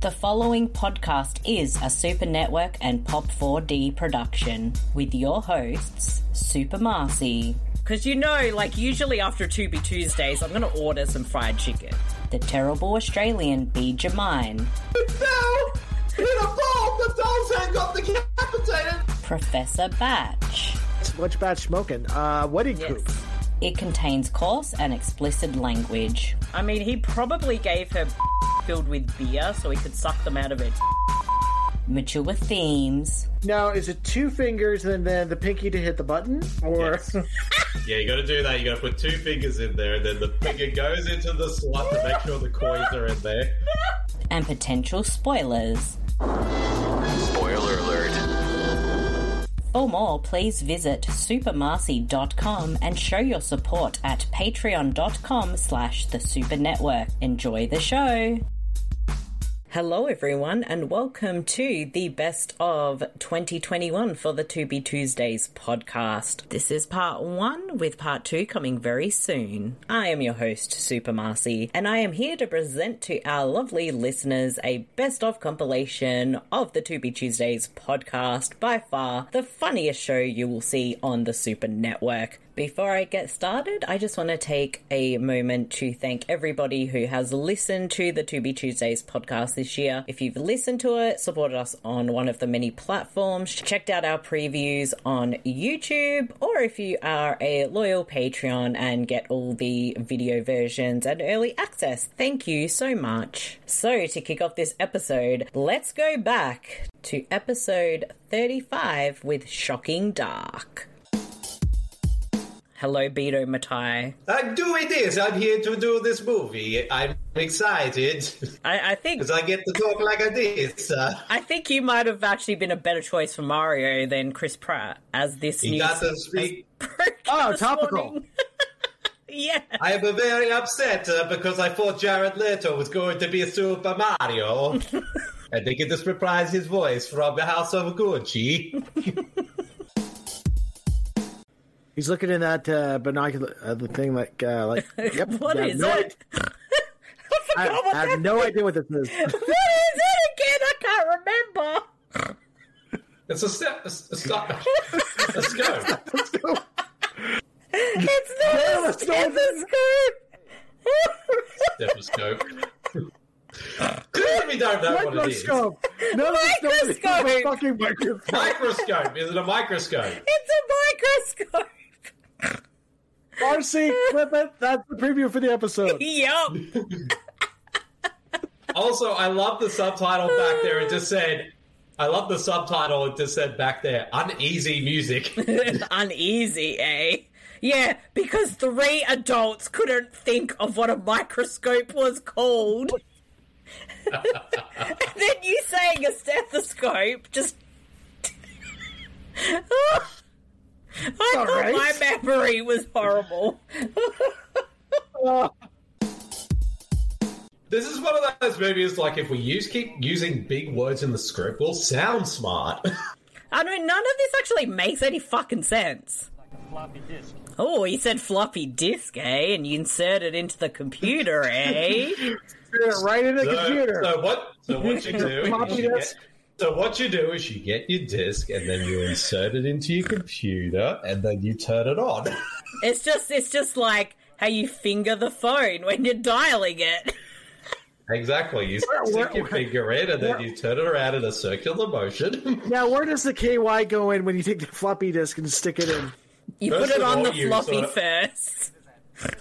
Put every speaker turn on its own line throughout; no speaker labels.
The following podcast is a Super Network and Pop4D production with your hosts, Super Marcy,
Because you know, like, usually after 2B Tuesdays, I'm going to order some fried chicken.
the terrible Australian B. Jamine,
fell in a fall. The doll's head got decapitated.
Professor Batch.
Much bad smoking. Uh, wedding
Yes.
crew.
It contains coarse and explicit language.
I mean, he probably gave her filled with beer so he could suck them out of it.
mature themes,
Now, is it two fingers and then the pinky to hit the button, or
Yeah, you got to do that. You got to put two fingers in there, and then the finger goes into the slot to make sure the coins are in there.
and potential spoilers.
Spoiler alert.
For more, please visit supermarcy.com and show your support at patreon.com slash the super network. Enjoy the show! Hello everyone and welcome to the best of 2021 for the To Be Tuesdays podcast. This is part one with part two coming very soon. I am your host, Super Marcy, and I am here to present to our lovely listeners a best of compilation of the To Be Tuesdays podcast, by far the funniest show you will see on the Super Network. Before I get started, I just want to take a moment to thank everybody who has listened to the To Be Tuesdays podcast this year. If you've listened to it, supported us on one of the many platforms, checked out our previews on YouTube, or if you are a loyal Patreon and get all the video versions and early access, thank you so much. So, to kick off this episode, let's go back to episode 35 with Shocking Dark. Hello, Beto Matai.
I'm doing this. I'm here to do this movie. I'm excited because
I, I think
I get to talk like I did. Uh,
I think you might have actually been a better choice for Mario than Chris Pratt as this
you
news
got to speak.
broke
Oh,
this
topical.
morning. yeah,
I am very upset uh, because I thought Jared Leto was going to be Super Mario. And they get to reprise his voice from the House of Gucci.
he's looking in that uh, binocular uh, the thing like uh, like? Yep.
What
I have
is
no
it?
I,
I forgot what
I have
that-
no idea what this is.
what is it again? I can't remember.
It's a step. A, s- a stop. Let's go.
It's not
let's go.
stethoscope.
Stethoscope. Clearly, we don't know what it is.
Microscope. No, that's not what it is.
Microscope.
Fucking microscope.
Microscope. Is it a microscope?
it's a microscope.
RC, clip it. That's the preview for the episode.
Yup.
Also, I love the subtitle back there. It
Uh.
just said, I love the subtitle. It just said back there, uneasy music.
uneasy, eh? Yeah, because three adults couldn't think of what a microscope was called. and then you saying a stethoscope just. I thought
all right.
my memory was horrible.
Oh,
This is one of those movies, like, if we use keep using big words in the script, we'll sound smart.
I mean, none of this actually makes any fucking sense. Oh, you said floppy disk, eh? And you insert it into the computer, eh?
shit, right in the
So-
computer.
So what? So what you do?
Floppy
is you get,
disk.
so what you do is you get your disk and then you insert it into your computer and then you turn it on.
It's just it's just like how you finger the phone when you're dialing it.
Exactly. You stick
where-
your finger in and then you turn it around in a circular motion.
now, where does the KY go in when you take the floppy disk and stick it in?
You
First
put it
of
on
all,
the
you
floppy
sort of-
first.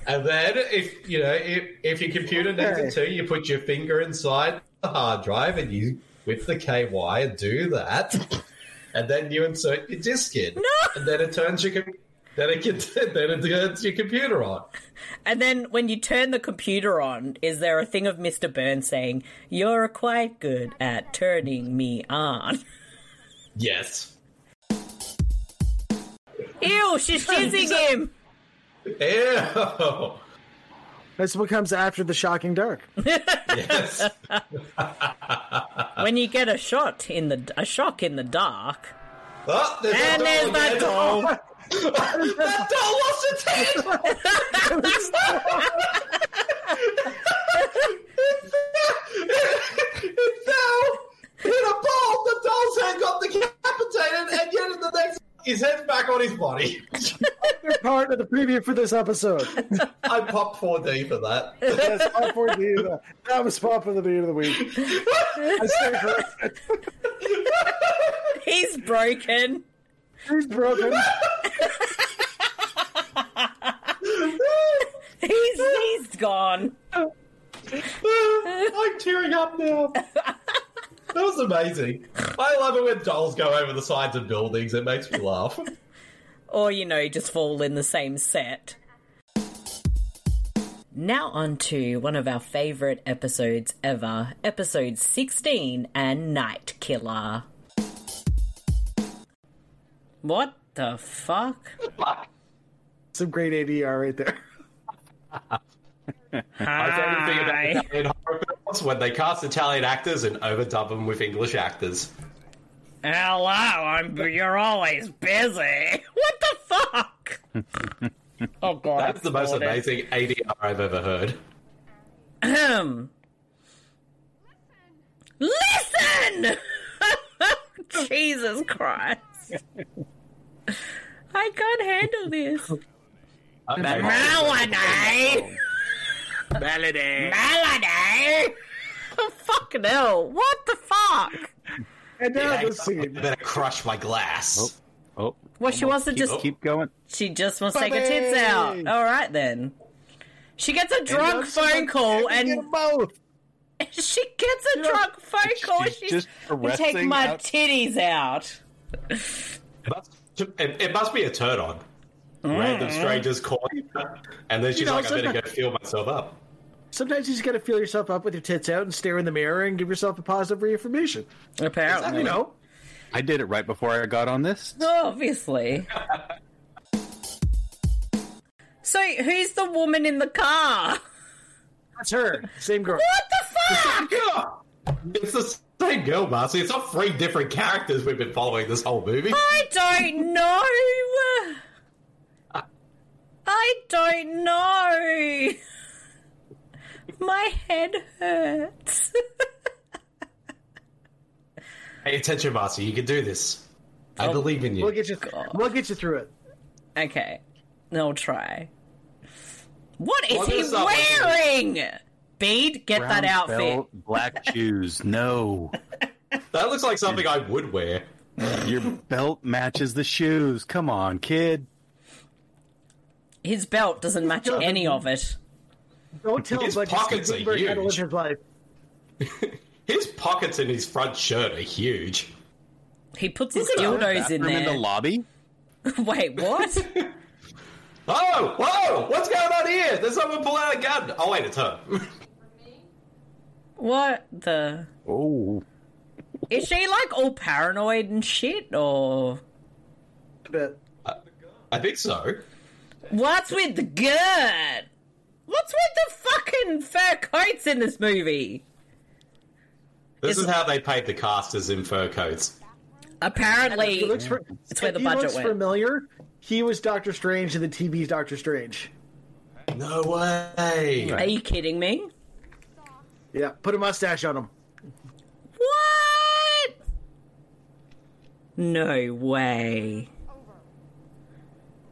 and then if you know if, if your computer needs it to, you put your finger inside the hard drive and you with the KY and do that. And then you insert your disk in. And then it turns your com- then it can, then it turns your computer on.
And then when you turn the computer on, is there a thing of Mr. Burns saying, You're quite good at turning me on?
Yes.
Ew, she's jizzing him.
Ew.
That's what comes after the shocking dark.
Yes.
When you get a shot in the a shock in the dark.
Oh, there's
And
a
there's that
doll.
doll.
again. That doll lost its head. it fell his head back on his body.
part of the preview for this episode.
I popped 4D for that.
Yes, pop for the beat of the- that was pop for the beat of the week. I stand corrected.
He's broken.
He's broken.
He's he's gone.
I'm tearing up now. That was amazing. I love it when dolls go over the sides of buildings. It makes me laugh.
Or you know, just fall in the same set. Now on to one of our favorite episodes ever, episode 16 and Night Killer. What the fuck?
Some great ADR right there.
I don't think about Italian horror films when they cast Italian actors and overdub them with English actors.
Hello, I'm you're always busy. What the fuck? oh god.
That's the most amazing ADR I've ever heard.
Ahem. Listen! Jesus Christ. I can't handle this. Melody!
Melody.
Melody! Oh, fucking hell. What the fuck?
And now this
I
scene.
better crush my glass.
Oh,
Well, she wants to just.
keep going.
She just wants to take her
Bobby!
tits out. All right then. She gets a drunk
Don't
phone
someone
call
get
and
them both.
she gets a drunk phone call. and
she's
She's
just
and take
caressing
my
out-
titties out.
It must, it, it must be a turn on. Random strangers call you, and then she's
know,
like, "I better
sometimes-
go feel myself up."
Sometimes you just gotta feel yourself up with your tits out and stare in the mirror and give yourself a positive reaffirmation.
Apparently,
You know,
I did it right before I got on this.
obviously. So who's the woman in the car?
that's her. Same girl.
What the fuck?
Yeah, it's the same girl, Marcy. It's not three different characters we've been following this whole movie.
I don't know. I don't know. My head hurts.
Pay attention, Marcy. You can do this. I believe in
We'll
you.
get you. We'll get you through it.
Okay, I'll try. What is
What
he
is that
wearing? Bede, get that outfit.
black shoes. No,
That looks like something I would wear.
your belt matches the shoes. Come on, kid.
His belt doesn't match any of it.
Don't tell
His
Budgie
pockets are
Steenberg how to live
huge.
his life.
His pockets in his front shirt are huge.
He puts his
at
dildos in
Bathroom in the
there.
lobby.
Wait, what?
Oh, whoa! What's going on here? There's someone pull out a gun. Oh wait, it's her.
what the?
Oh,
Is she like all paranoid and shit, or
A bit.
I think so.
what's with the gun? What's with the fucking fur coats in this movie?
This
Is-
is how they paid the casters in fur coats.
Apparently,
He looks for,
It's where the
he
budget
looks
went.
familiar. He was Doctor Strange in the TV's Doctor Strange.
No way.
are you kidding me?
Yeah, put a mustache on him.
What? No way.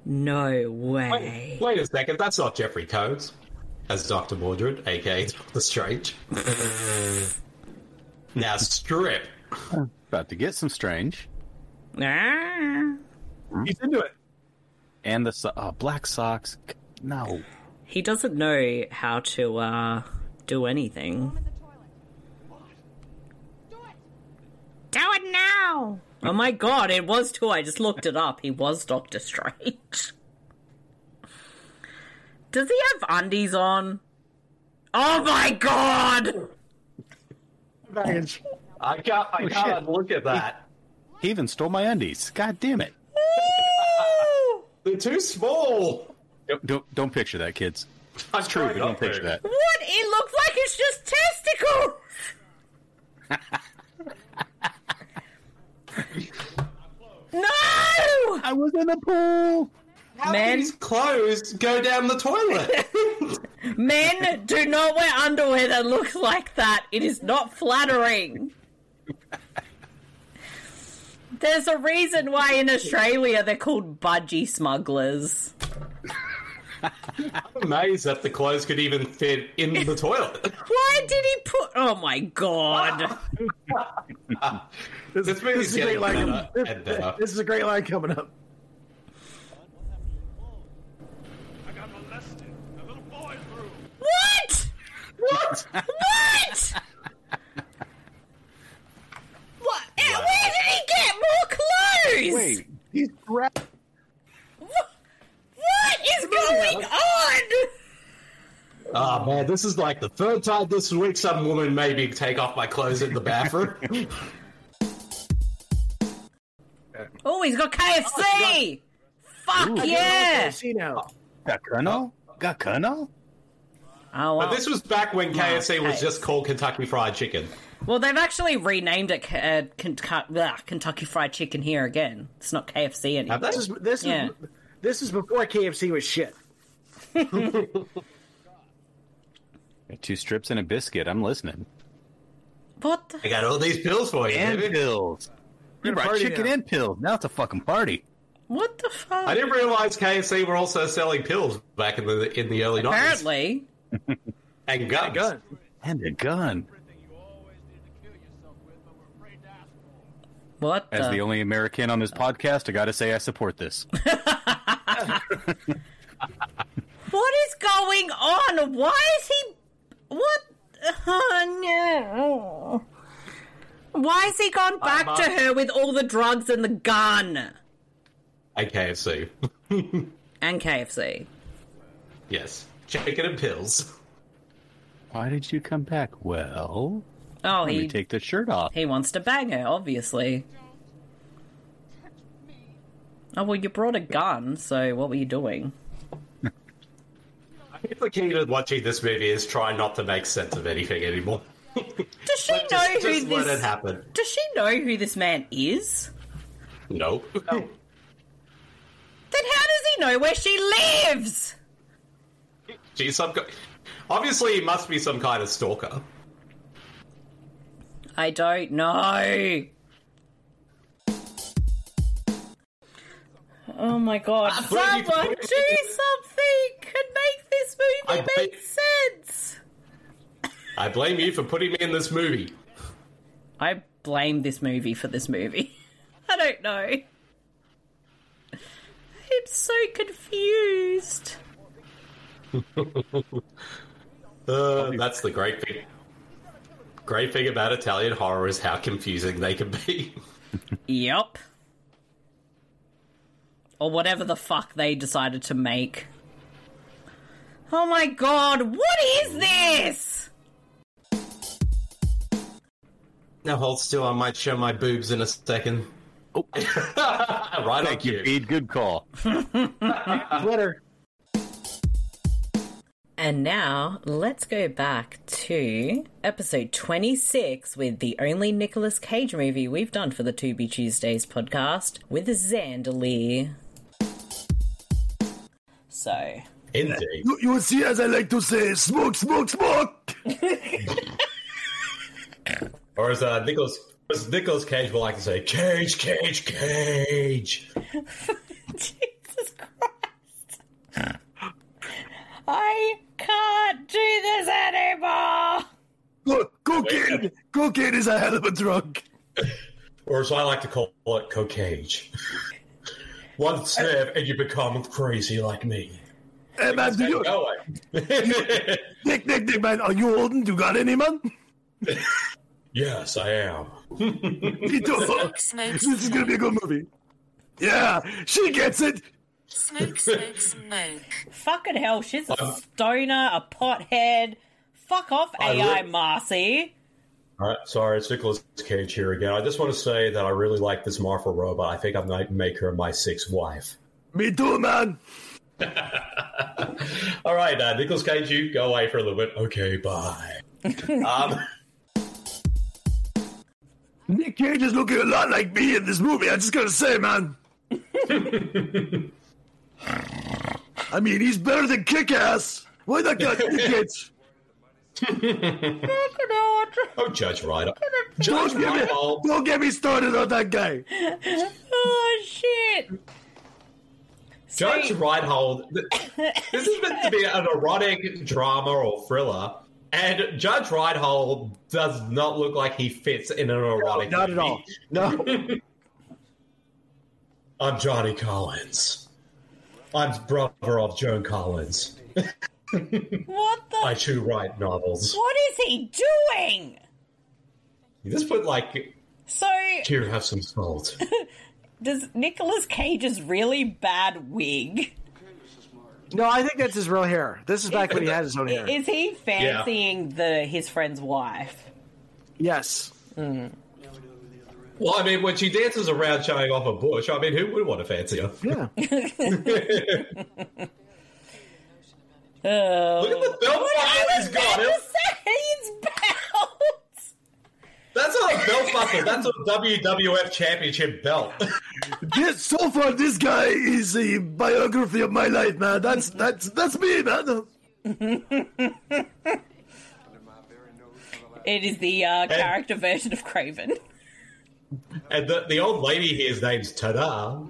No way.
Wait a second, that's not Jeffrey Combs as Dr. Mordred, aka Doctor Strange. now strip.
about to get some strange.
Ah.
He's into it.
And the so- oh, black socks. No,
He doesn't know how to uh, do anything. Do it now! Oh my god, it was too. I just looked it up. He was Doctor Strange. Does he have undies on? Oh my god!
Baggage.
I can't I can't look at that.
he even stole my undies. God damn it!
They're too small.
Don't don't picture that, kids.
That's
True, but don't picture that.
What? It looks like it's just testicles! no!
I was in the pool.
Men-
These clothes go down the toilet.
Men do not wear underwear that looks like that. It is not flattering. There's a reason why in Australia they're called budgie smugglers.
I'm amazed that the clothes could even fit in the toilet.
Why did he put? Oh my god!
this
This is
movie's
a great
getting
line.
better
com-
and better.
This is a great line coming up.
I got molested. A little boy's room.
What? What? what? Eh, What? Eh, Where did he get more clothes?
Wait, he's wrapped.
What, what is going on?
Oh man, this is like the third time this week some woman made me take off my clothes in the bathroom.
Oh, he's got KFC. Fuck
I
yeah!
see now.
Gakuno? Gakuno?
Oh, wow.
But this was back when KFC was just called Kentucky Fried Chicken.
well, they've actually renamed it uh, Kentucky, bleh, Kentucky Fried Chicken here again. It's not KFC anymore.
Have they?
This is this
Yeah.
is this is before KFC was shit.
Two strips and a biscuit. I'm listening.
What? The-
I got all these pills for you.
And
baby.
pills. You
at a
brought
party
chicken
now.
and pills. Now it's a fucking party.
what the fuck?
I didn't realize KFC were also selling pills back in the in the early nineties
Apparently,
and guns.
Gun.
And a gun.
Everything you always needed to kill yourself with, but were afraid to ask for.
what
As the only American on this podcast, I gotta say I support this.
What is going on? Why is he? What? Oh, no. Why has he gone back
Mom.
to her with all the drugs and the gun
And KFC.
and KFC?
yes. Chicken and pills.
Why did you come back? Well,
Oh,
let me
he
take the shirt off.
he wants to bang her, obviously. Oh well, you brought a gun, so what were you doing?
I think the key to watching this movie is try not to make sense of anything anymore.
Does she know
just
who
just let it
this?
happen.
Does she know who this man is?
Nope.
Oh. Then how does he know where she lives?
Geez, some ki- obviously he must be some kind of stalker.
I don't know. Oh my god.
believe you.
Someone do something and make this movie
I
make
bet-
sense.
I blame you for putting me in this movie.
I blame this movie for this movie. I don't know. I'm so confused.
Uh, that's the great thing. Great thing about Italian horror is how confusing they can be.
Yep. Or whatever the fuck they decided to make. Oh my god, what is this?
Now hold still, I might show my boobs in a second.
Oh.
right
Thank
on
you, Bede. Good call. Uh-huh.
Glitter.
And now let's go back to episode 26 with the only Nicolas Cage movie we've done for the To Be Tuesdays podcast with Xander Lee. So,
Indeed.
You will see, as I like to say, smoke, smoke, smoke.
Or as uh, Nicholas as Nicholas Cage would like to say, Cage, Cage, Cage.
Jesus Christ. I can't do this anymore.
Cocaine, cocaine is a hell of a drug.
Or as I like to call it, Cocage. One sniff and you become crazy like me.
Hey man, do you,
No way.
Nick, Nick, Nick, man, are you holding? You got any man?
yes, I am.
Me too.
Smoke, smoke,
This is gonna be a good movie. Yeah, she gets it.
smoke, smoke, smoke.
Fucking hell, she's a stoner, a pothead. Fuck off, AI
re-
Marcy.
All right, sorry, it's Nicholas Cage here again. I just want to say that I really like this Martha robot. I think I might make her my sixth wife.
Me too, man.
All right, uh, Nicholas Cage, you go away for a little bit. Okay, bye. um,
Nick Cage is looking a lot like me in this movie. I just gotta say, man. I mean, he's better than Kick-Ass. Why not get Nick Cage?
don't oh, judge Ryder.
Don't get me,
Well,
don't get me started on that guy.
Oh shit!
Judge
Sweet.
Reinhold. This is meant to be an erotic drama or thriller, and Judge Reinhold does not look like he fits in an erotic.
Not at
movie.
all. No.
I'm Johnny Collins. I'm brother of Joan Collins.
What the?
I too write novels.
what is he doing?
You just put like
So
here, have some salt.
does Nicolas Cage's really bad wig?
No, I think that's his real hair. This is back when he had his own hair.
Is he fancying the his friend's wife?
Yes.
well, I mean, when she dances around showing off a bush, I mean, who would want to fancy her?
Yeah.
Oh,
Look at the belt buckle he's got. It's-
he's belt.
That's not a belt buckle. That's a WWF Championship belt.
This, so far, this guy is a biography of my life, man. That's that's that's me, man.
It is the uh, character version of Craven.
and the, the old lady here's name's Tada.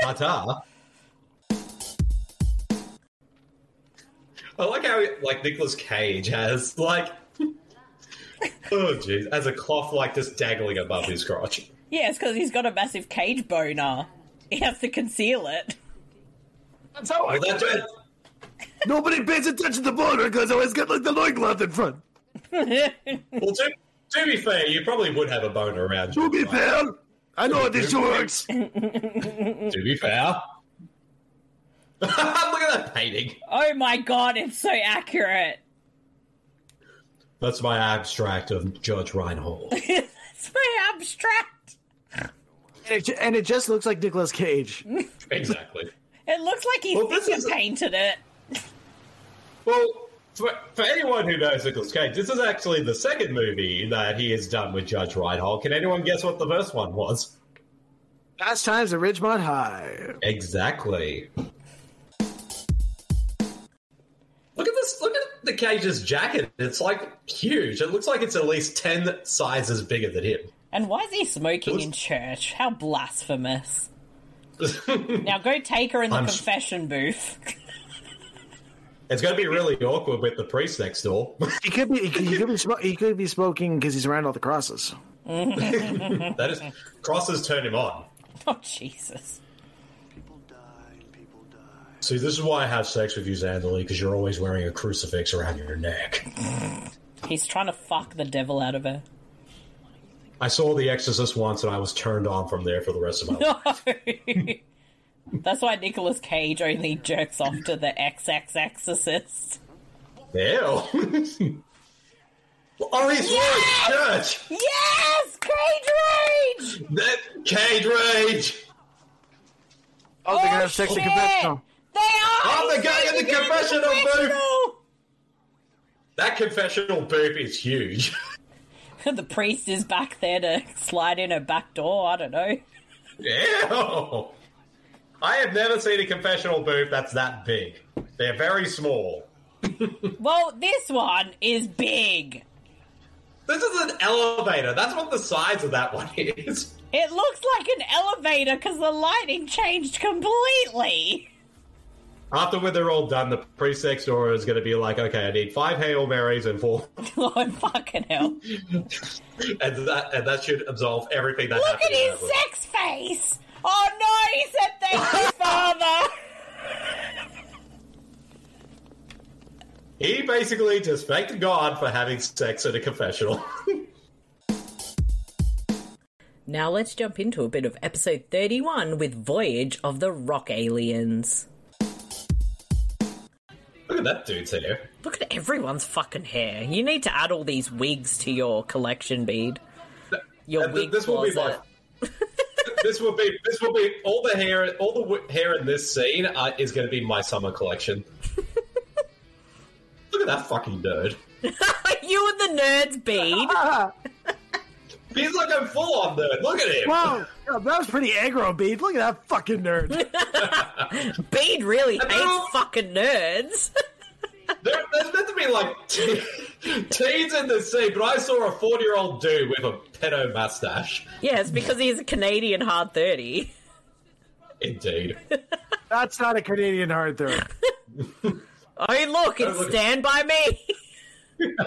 Tata. I like how like Nicolas Cage has like oh jeez, as a cloth like just dangling above his crotch.
Yeah, it's because he's got a massive cage boner. He has to conceal it.
That's how
Well, that's it.
Nobody pays attention to border because I always get like the loincloth in front.
Well, to, to be fair, you probably would have a boner around.
To
you,
be
right?
fair, I know how this works.
To be fair. Look at that painting.
Oh my god, it's so accurate.
That's my abstract of Judge Reinhold.
It's very abstract.
And it, ju- and it just looks like Nicolas Cage.
exactly.
It looks like he
Well, this
finger
is-
painted it.
Well, for, for anyone who knows Nicolas Cage, this is actually the second movie that he has done with Judge Reinhold. Can anyone guess what the first one was?
Past times at Ridgemont High.
Exactly. Look at this. Look at the Cage's jacket. It's like huge. It looks like it's at least 10 sizes bigger than him.
And why is he smoking
Those-
in church? How blasphemous. Now go take her in the
I'm s-
confession booth.
it's going to be really awkward with the priest next door.
He could be. He could, he could be. Sm- he could be smoking because he's around all the crosses.
That is, crosses turn him on.
oh, Jesus.
See, this is why I have sex with you, Xanderly, because you're always wearing a crucifix around your neck.
He's trying to fuck the devil out of her.
I saw The Exorcist once, and I was turned on from there for the rest of my life.
No! That's why Nicolas Cage only jerks off to the XX Exorcist.
Ew. Ollie's yes! Church!
Yes! Cage Rage!
That cage rage!
Oh, they're gonna have sex in
shit!
confessional.
They are!
I'm the guy in the confessional booth!
No!
That confessional booth is huge.
the priest is back there to slide in her back door. I don't know.
Ew! I have never seen a confessional booth that's that big. They're very small.
Well, this one is big.
This is an elevator. That's what the size of that one is.
It looks like an elevator because the lighting changed completely.
After when they're all done, the priest next door is going to be like, "Okay, I need five hail marys and four,
Lord Oh, fucking hell.
and that and that should absolve everything that
Look
happened."
at his
in that room."
sex face! Oh no, he said thank you, Father!
He basically just thanked God for having sex at a confessional.
Now let's jump into a bit of episode 31 with Voyage of the Rock Aliens.
Look at that dude's hair.
Look at everyone's fucking hair. You need to add all these wigs to your collection bead. Your
And th-
wig
this will be
closet.
my. this will be this will be all the hair all the w- hair in this scene uh, is going to be my summer collection. Look at that fucking nerd.
you and the nerds bead.
He's like a full on nerd. Look at him.
Wow, yeah, that was pretty aggro, beat. Look at that fucking nerd.
Bede really
know.
hates fucking nerds.
There, there's meant to be like te- teens in the sea, but I saw a 40 year old dude with a pedo mustache.
Yeah, it's because he's a Canadian hard 30.
Indeed.
That's not a Canadian hard throw.
Oh, look, it's Stand By Me.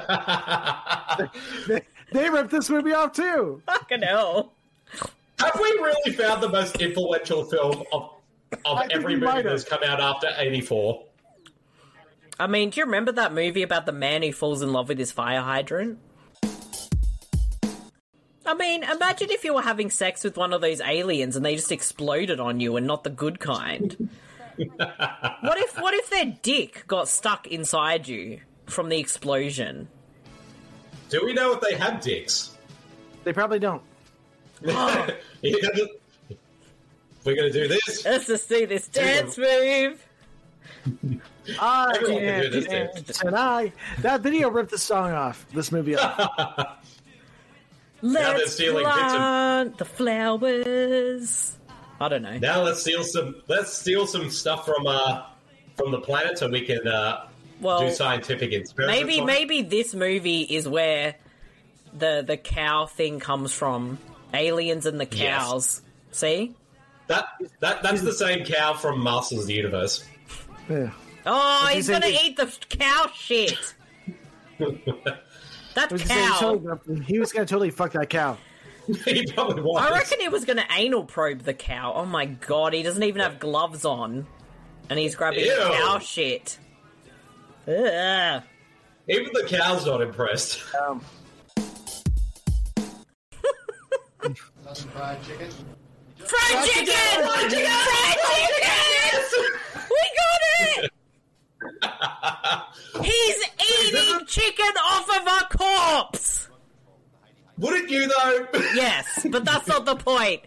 They ripped this movie off too.
Fucking hell.
Have we really found the most influential film of, of
think
every
we
movie
might
that's come out after 84?
I mean, do you remember that movie about the man who falls in love with his fire hydrant? I mean, imagine if you were having sex with one of those aliens and they just exploded on you and not the good kind. what if what if their dick got stuck inside you from the explosion?
Do we know if they have dicks?
They probably don't.
Yeah, but- We're going to do this.
Let's just see this dance move.
I
Everyone can do
can't
this
dance
dance.
tonight. That video ripped the song off. This movie off.
they're
Let's
stealing bits of-
plant the flowers. I don't know.
Now let's steal some. Let's steal some stuff from uh from the planet so we can uh,
Oh.
do
Well,
scientific experiments.
maybe
on-
maybe this movie is where the the cow thing comes from. Aliens and the
Yes.
cows. See?
that that that's the same cow from Masters of the Universe.
Yeah.
Oh, he's
say
gonna
he-
eat the cow shit. that
I was gonna say,
cow.
he totally- he was gonna totally fuck that cow.
he probably was.
I reckon he was gonna anal probe the cow. Oh my god, he doesn't even have gloves on, and he's grabbing the
Ew.
cow shit. Ugh.
even the cow's not impressed.
Um,
Fried chicken! Fried chicken! We got it! He's eating chicken off of a corpse!
Wouldn't you though?
Yes, but that's not the point.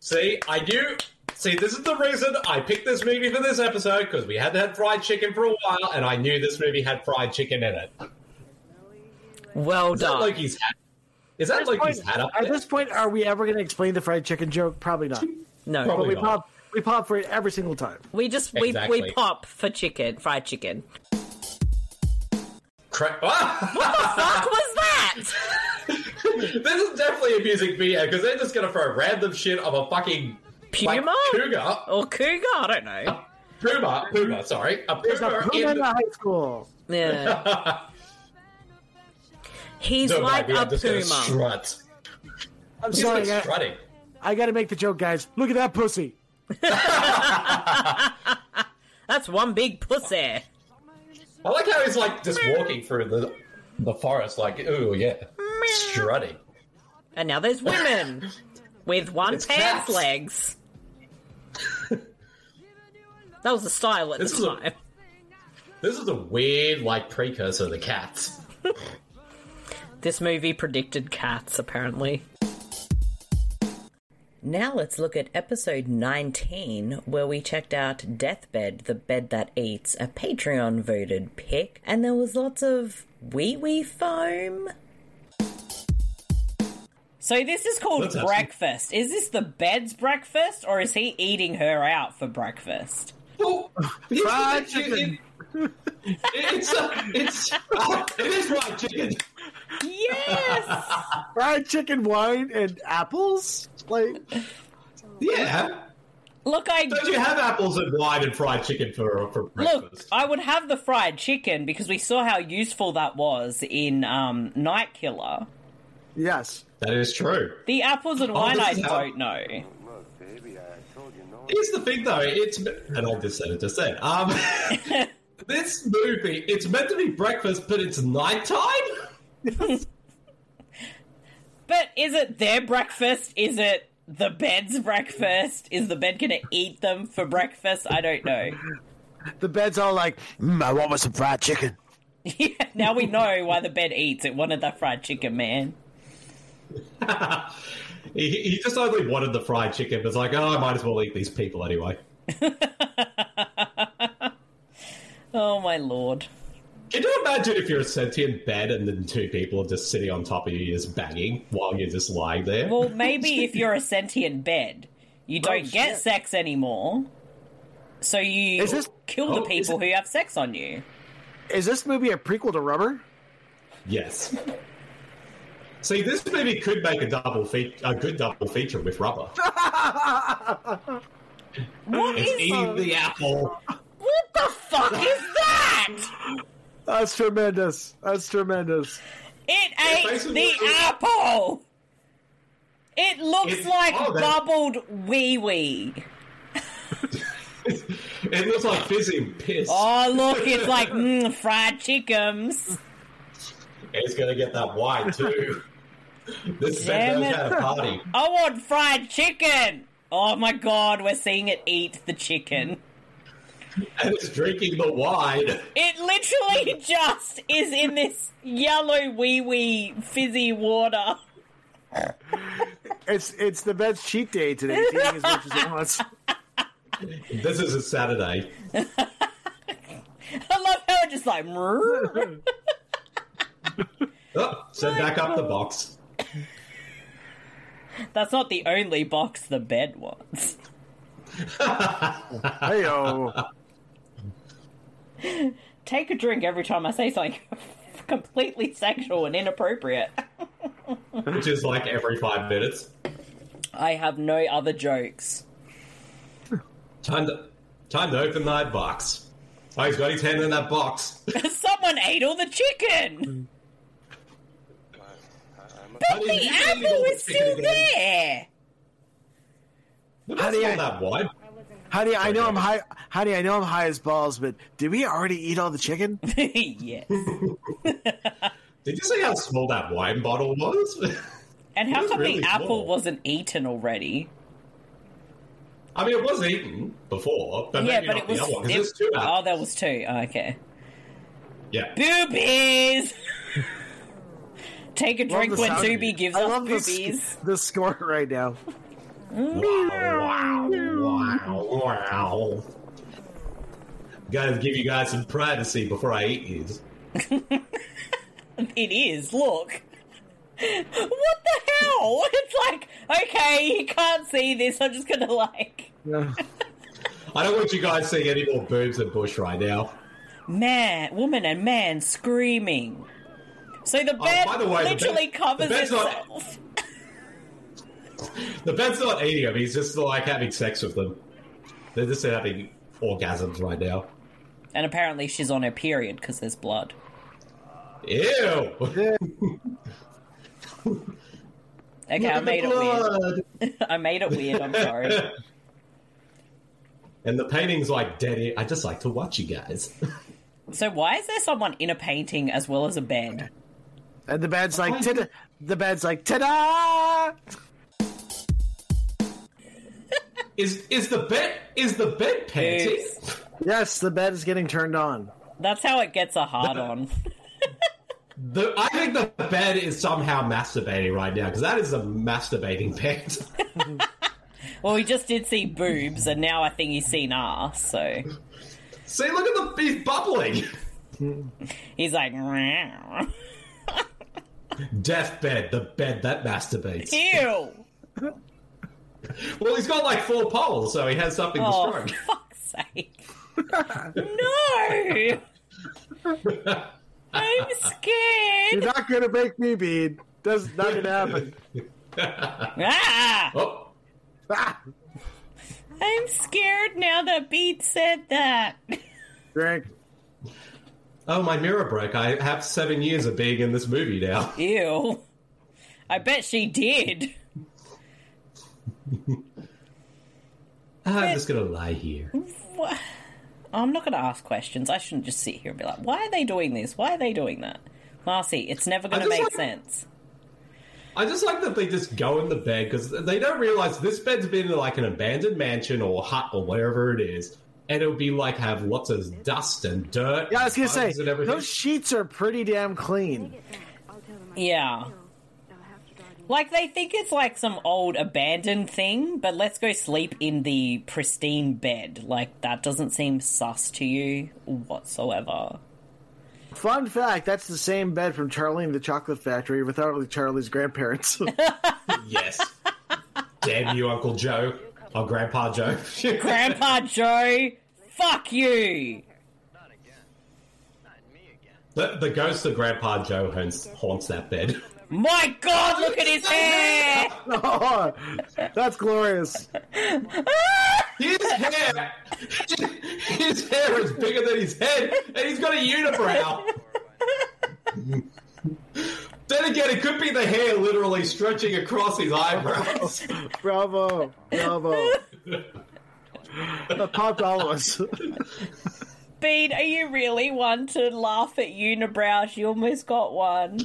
See, I knew. See, this is the reason I picked this movie for this episode because we hadn't had fried chicken for a while, and I knew this movie had fried chicken in it. Is
Well
that
done.
Loki's hat? Is that Loki's hat up
at
there?
this point, are we ever gonna explain the fried chicken joke? Probably not.
no,
But we
Probably not.
pop, we pop for it every single time.
we just we, we
Exactly.
pop for chicken, fried chicken.
Cra- Ah!
Fuck was that?
This is definitely a music video because they're just gonna throw random shit of a fucking like,
Puma
cougar,
or cougar? I don't know.
puma, puma. Sorry, a
There's a
puma.
puma in
in
the
the-
high school.
Yeah. He's
No,
like
baby,
a
I'm just gonna
puma.
strut.
I'm
He's
sorry,
like
I,
strutting.
I gotta make the joke, guys. Look at that pussy.
That's one big pussy.
I like how he's like just walking through the the forest, like ooh yeah, strutting.
And now there's women with one
It's
pair's
cats.
legs. That was the style at
This
the
is a-
time.
This is a weird like precursor to cats.
This movie predicted cats, apparently. Now let's look at episode 19, where we checked out Deathbed, The Bed That Eats, a Patreon voted pick, and there was lots of wee wee foam.
So this is called
That's actually-
breakfast. Is this the bed's breakfast, or is he eating her out for breakfast?
Well,
Fried
it's- it- it- It's a, it's oh, it is fried chicken.
Yes.
Fried chicken, wine, and apples. Like
Yeah.
Look, I
Don't you have apples and wine and fried chicken for for
look.
breakfast?
I would have the fried chicken because we saw how useful that was in um, Night Killer.
yes,
that is true.
The apples and wine,
Oh, this
I
is how-
don't know.
Here's the thing, though. It's and I just said it. Just said. Um, this movie. It's meant to be breakfast, but it's nighttime.
But is it their breakfast? Is it the bed's breakfast? Is the bed gonna eat them for breakfast? I don't know.
the bed's all like, mm, I want me some fried chicken.
Yeah, now we know why the bed eats. It wanted that fried chicken, man.
He, he just only wanted the fried chicken. But it's like, oh, I might as well eat these people anyway.
Oh my lord.
Can you imagine if you're a sentient bed and then two people are just sitting on top of you, just banging while you're just lying there?
Well, maybe if you're a sentient bed, you
Oh,
don't get
shit.
sex anymore. So you
Is this-
kill the
oh, is
people who have sex on you.
Is this movie a prequel to Rubber?
Yes. See, this movie could make a double feature, a good double feature with rubber.
What
It's
is
eating the apple.
What the fuck is that?
That's tremendous. That's tremendous.
It ate
basically-
the apple. It looks
It's-
like
oh, that-
bubbled wee wee.
It looks like fizzing piss.
Oh look, it's like mm, fried chickens.
It's gonna get that wine too. This
Damn
man knows
it.
how to party.
I want fried chicken. Oh my god, we're seeing it eat the chicken.
And it's drinking the wine.
It literally just is in this yellow wee wee fizzy water.
It's it's the best cheat day today. He's eating as much as he wants.
This is a Saturday.
I love how it just like. "Mrrr."
Oh, so back up the box.
That's not the only box the bed wants.
Hey oh.
Take a drink every time I say something completely sexual and inappropriate.
Which is like every five minutes.
I have no other jokes.
Time to time to open that box. Oh, he's got his hand in that box.
Someone ate all the chicken! But
Honey,
the
you can eat all
apple
the
is
chicken
still
again.
there!
What
How
How
do
do
you-
that wine?
Honey, I know I'm high. Honey, I know I'm high as balls, but did we already eat all the chicken?
yes.
Did you see how small that wine bottle was?
And how
It's
come
really
the apple
small.
wasn't eaten already?
I mean, it was eaten before, but
yeah,
maybe
but
not
it
the
was.
other one
it-
because it's two
oh,
apples.
there was two. Oh, okay. Oh.
Yeah,
Boobies! Take a
Love
drink
the
when
sound.
Doobie gives
I
us
love the, sc-
boobies.
the score right now.
Wow, wow, wow, wow. Gotta give you guys some privacy before I eat these.
It is, look. What the hell? It's like, okay, you can't see this, I'm just gonna like.
I don't want you guys seeing any more boobs and bush right now.
Man, woman and man screaming. So the bed
Oh, by the way, the
literally
bed-
covers
the bed's not-
itself.
The bed's not eating them, he's just like having sex with them. They're just having orgasms right now.
And apparently she's on her period because there's blood.
Ew!
Okay, I
And the
made it weird.
blood.
I made it weird, I'm sorry.
And the painting's like dead. air. I just like to watch you guys.
so why is there someone in a painting as well as a bed?
And the band's like, ta the band's like, ta-da!
Is is the bed is the bed painting?
Yes.
Yes, the bed is getting turned on.
That's how it gets a hard on.
The, I think the bed is somehow masturbating right now because that is a masturbating bed.
well, we just did see boobs, and now I think he's seen ass, so
See, look at the he's bubbling.
he's like, "Meow."
Deathbed, the bed that masturbates.
ew.
Well, he's got like four poles, so he has something
Oh,
to strike.
fuck's sake. no! I'm
You're
scared!
not gonna make me bead. That's not gonna happen.
Ah!
Oh,
Ah,
I'm scared now that Beat said that.
drink.
oh, my mirror broke. I have seven years of being in this movie now.
Ew. I bet she did.
I'm just gonna lie here.
Wha- I'm not going to ask questions. I shouldn't just sit here and be like, why are they doing this? Why are they doing that? Marcy, it's never going to
just
make
like-
sense.
I just like that they just go in the bed because they don't realize this bed's been in like an abandoned mansion or hut or whatever it is, and it'll be like have lots of dust and dirt.
Yeah, I was gonna
and
say
bugs and everything.
those sheets are pretty damn clean.
Yeah. Like, they think it's like some old abandoned thing, but let's go sleep in the pristine bed. Like, that doesn't seem sus to you whatsoever.
Fun fact: that's the same bed from Charlie and the Chocolate Factory without Charlie's grandparents.
yes. Damn you, Uncle Joe or Grandpa Joe.
Grandpa Joe, fuck you!
Not again. Not me.
The, the ghost of Grandpa Joe haunts, haunts that bed.
My God, look at his hair!
That's glorious.
His hair, his hair is bigger than his head, and he's got a unibrow. then again, it could be the hair literally stretching across his eyebrows.
Bravo. Bravo. that popped all of us.
Bean, are you really one to laugh at unibrows? You almost got one.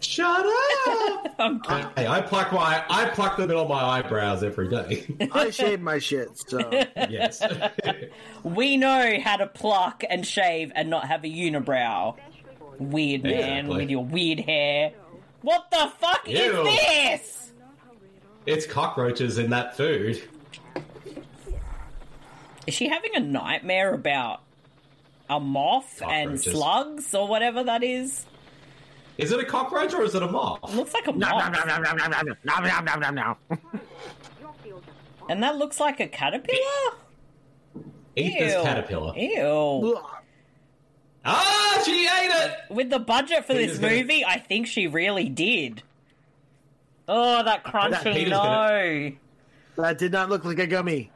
Shut up!
I'm kidding.
hey, I pluck my I pluck the middle of my eyebrows every day.
I shave my shit, so.
yes.
We know how to pluck and shave and not have a unibrow. Weird man
Exactly.
with your weird hair. What the fuck
Ew.
is this?
it's cockroaches in that food.
Is she having a nightmare about a moth and
Cockroaches.
slugs or whatever that is?
Is it a cockroach or is it a moth?
Looks like a moth. And that looks like a caterpillar?
Eat this caterpillar.
Ew.
Ah, she ate it.
With the budget for
Peter's
this
gonna-
movie, I think she really did. Oh, that crunchy
Peter's
no.
gonna-
That did not look like a gummy.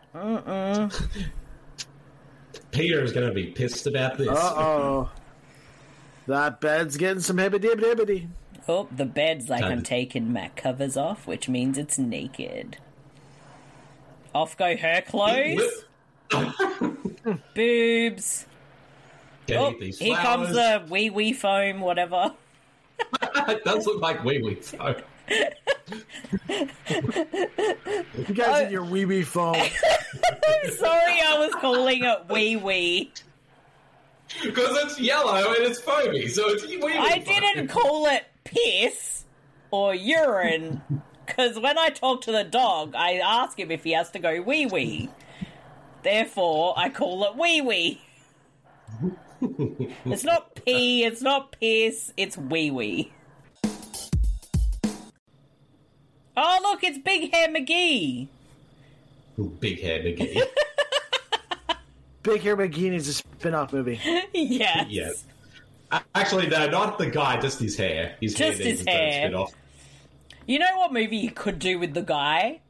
Peter is going to be pissed about this.
Uh oh. That bed's getting some hibbity hibbity.
Oh, the bed's like
Kind
I'm
of.
taking my covers off, which means it's naked. Off go her clothes, boobs.
Can
Oh,
eat these
here
flowers.
comes the wee wee foam, whatever.
It does look like wee wee though.
You guys in your wee wee foam.
Sorry, I was calling it wee wee.
Because it's yellow and it's foamy, so it's wee wee.
I didn't call it piss or urine because when I talk to the dog, I ask him if he has to go wee wee. Therefore, I call it wee wee. it's not pee, it's not piss, it's wee wee. Oh, look, it's Big Hair McGee.
Big head again.
Big Hair McGee needs a spin off movie.
yes.
yeah. A- Actually, no, not the guy, just his hair. His
Just
hair needs
his
its own
hair.
spin-off.
You know what movie you could do with the guy?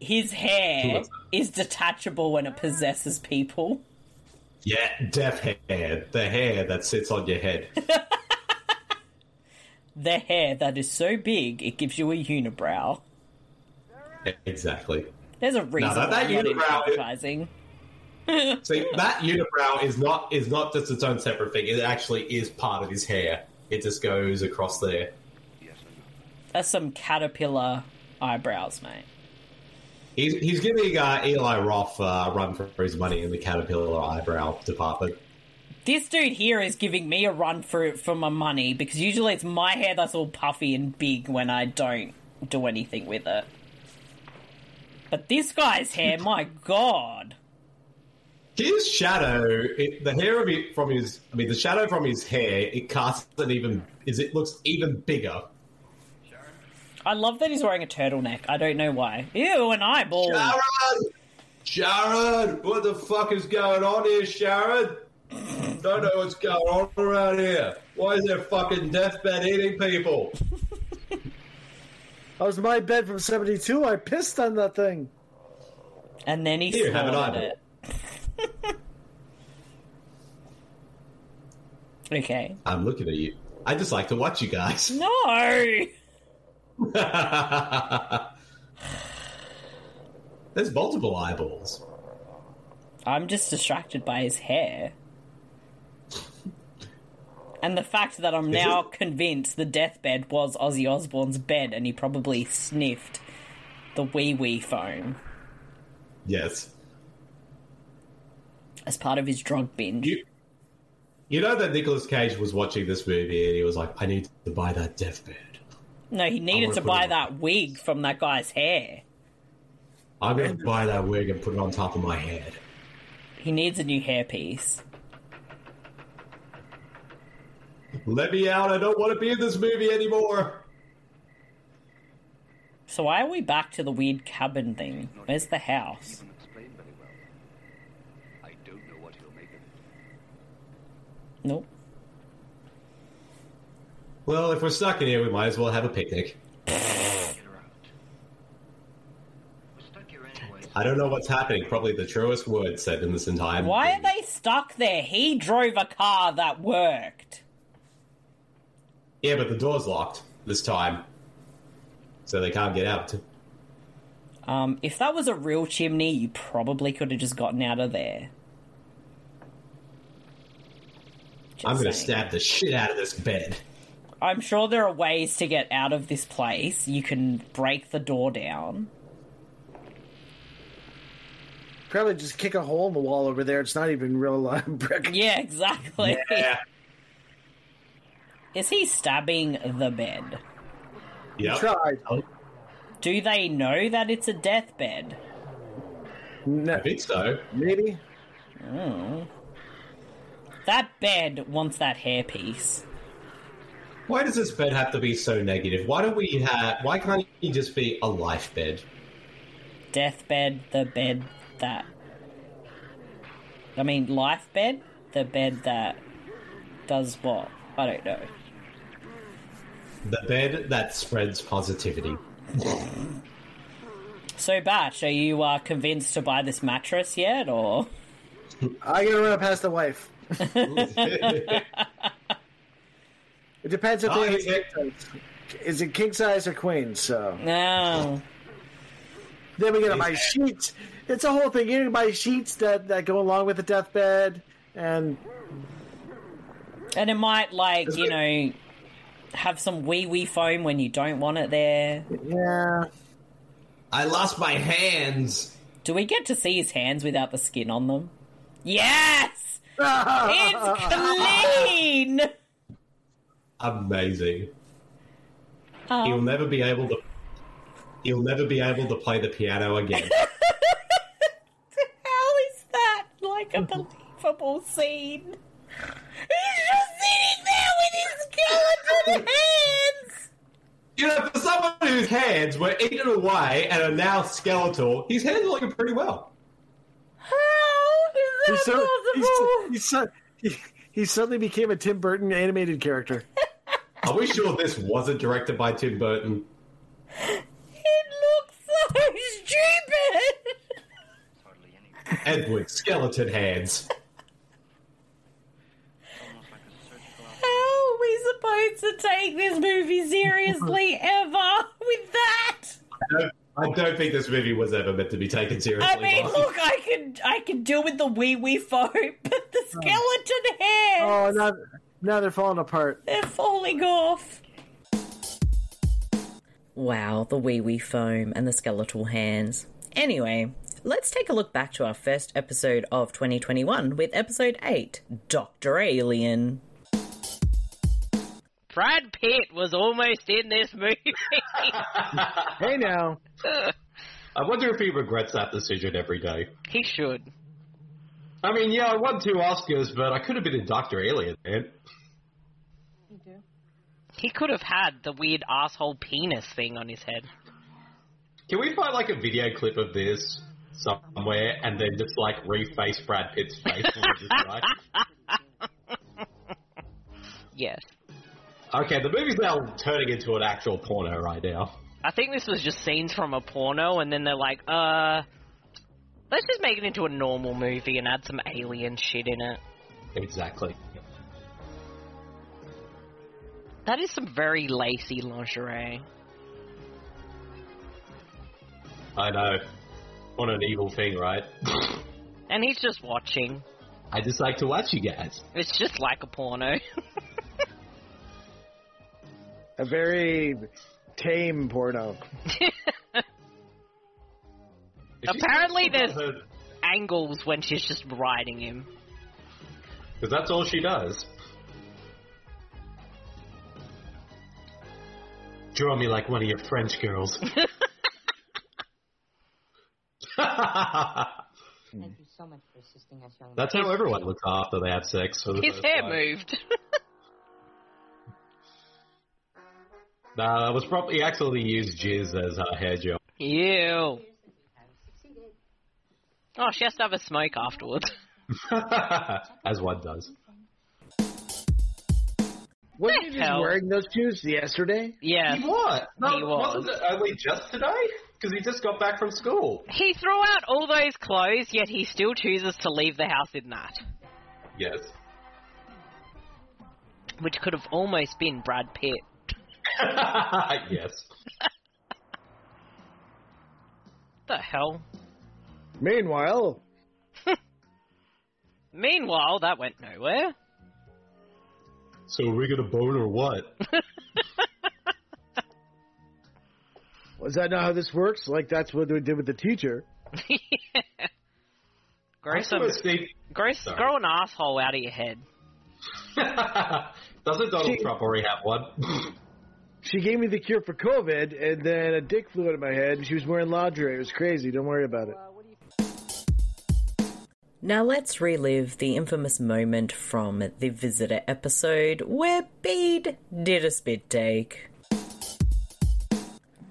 His hair is detachable when it possesses people.
Yeah, deaf hair. The hair that sits on your head.
The hair that is so big it gives you a unibrow.
exactly.
There's a reason
that-
why
that
I'm not in
unibrow is-
advertising.
See, that unibrow is not is not just its own separate thing. It actually is part of his hair. It just goes across there.
That's some caterpillar eyebrows, mate.
He's, he's giving uh, Eli Roth uh, a run for his money in the caterpillar eyebrow department.
This dude here is giving me a run for for my money because usually it's my hair that's all puffy and big when I don't do anything with it. But this guy's hair, my god.
His shadow, it, the hair of it from his, I mean, the shadow from his hair, it casts an even, is it looks even bigger.
I love that he's wearing a turtleneck. I don't know why. Ew, an eyeball.
Sharon, Sharon, what the fuck is going on here, Sharon? Don't know what's going on around here. Why is there fucking deathbed eating people?
That was my bed from 72. I pissed on that thing.
And then he
Here, have an
swallowed
eyeball.
it. okay.
I'm looking at you. I just like to watch you guys.
No!
There's multiple eyeballs.
I'm just distracted by his hair. And the fact that I'm
Is
now
it-
convinced the deathbed was Ozzy Osbourne's bed and he probably sniffed the wee wee foam
Yes.
as part of his drug binge.
You, you know that Nicolas Cage was watching this movie and he was like, I need to buy that deathbed.
no, he needed
wanna
to
put
buy
it on.
that wig from that guy's hair.
I'm going to buy that wig and put it on top of my head.
He needs a new hairpiece.
Let me out. I don't want to be in this movie anymore.
So why are we back to the weird cabin thing? Where's the house?
explain very well. I don't know what he'll make of it.
Nope.
Well, if we're stuck in here, we might as well have a picnic.
Get her out. We're stuck here anyway.
I don't know what's happening. Probably the truest word said in this entire.
Why are
movie.
they stuck there? He drove a car that worked.
Yeah, but the door's locked this time, so they can't get out.
Um, if that was a real chimney, you probably could have just gotten out of there. Just
I'm gonna
saying.
stab the shit out of this bed.
I'm sure there are ways to get out of this place. You can break the door down.
Probably just kick a hole in the wall over there. It's not even real uh, brick.
Yeah, exactly.
Yeah.
Is he stabbing the bed?
Yep.
Tried.
Do they know that it's a deathbed?
No,
I think so.
maybe.
That bed wants that hairpiece.
Why does this bed have to be so negative? Why don't we have? Why can't it just be a life bed?
Deathbed, the bed that. I mean, life bed? The bed that does what? I don't know.
The bed that spreads positivity.
So, Batch, are you uh, convinced to buy this mattress yet, or.
I gotta run it past the wife. It depends if they have
I-
a Is it king size or queen? So
No.
then we gotta buy sheets. It's a whole thing. You gotta buy sheets that, that go along with the deathbed, and
And it might, like, you know, have some wee wee foam when you don't want it there.
yeah,
I lost my hands.
Do we get to see his hands without the skin on them? Yes! it's clean!
Amazing. He'll
Um,
never be able to. He'll never be able to play the piano again.
how is that like a believable scene? He's just sitting there with his skeleton hands!
you know, for someone whose hands were eaten away and are now skeletal, his hands are looking pretty well.
How is that
he's,
possible?
he's so, he, he suddenly became a Tim Burton animated character.
Are we sure this wasn't directed by Tim Burton?
It looks so stupid!
Hardly any.
Edward Skeleton Hands.
Almost like a surgical
How are we supposed to take this movie seriously ever with that?
I don't think this movie was ever meant to be taken seriously.
I mean,
Mark.
look, I can I can deal with the wee wee foam, but the skeleton hair
Oh, now now they're falling apart.
they're falling off. Wow, the wee wee foam and the skeletal hands. Anyway, let's take a look back to our first episode of 2021 with episode 8, Dr. Alien.
Brad Pitt was almost in this movie.
Hey, now
I wonder if he regrets that decision every day.
he should.
I mean, yeah, I won two Oscars, but I could have been in Doctor Alien, man.
He could have had the weird asshole penis thing on his head.
Can we find like a video clip of this somewhere and then just like reface Brad Pitt's face? when we just die?
Yes.
okay, the movie's now turning into an actual porno right now.
I think this was just scenes from a porno, and then they're like, uh, let's just make it into a normal movie and add some alien shit in it.
Exactly.
That is some very lacy lingerie.
I know. What an evil thing, right?
And he's just watching.
I just like to watch you guys.
It's just like a porno.
a very tame porno.
If you-
Apparently there's- Angles when she's just riding him.
Because that's all she does. Draw me like one of your French girls. that's
Thank you so much for assisting us, young
how everyone looks after they have sex. For the
His
first
hair
time.
moved.
Nah, that was probably he actually used jizz as her hair gel.
Ew. Oh, she has to have a smoke afterwards.
as one does.
Wasn't he just
hell?
wearing those shoes yesterday?
Yeah.
He was. No,
He was.
Wasn't it only just today? Because he just got back from school.
He threw out all those clothes, yet he still chooses to leave the house in that.
Yes.
Which could have almost been Brad Pitt.
yes.
The hell?
Meanwhile,
Meanwhile, that went nowhere.
So are we gonna bone or what?
was that not how this works? Like that's what we did with the teacher.
Grow some, grow, s-
Sorry.
grow an asshole out of your head.
Doesn't Donald Trump already have one?
She gave me the cure for COVID, and then a dick flew out of my head, and she was wearing lingerie. It was crazy. Don't worry about it.
Now let's relive the infamous moment from the Visitor episode where Bede did a spit take.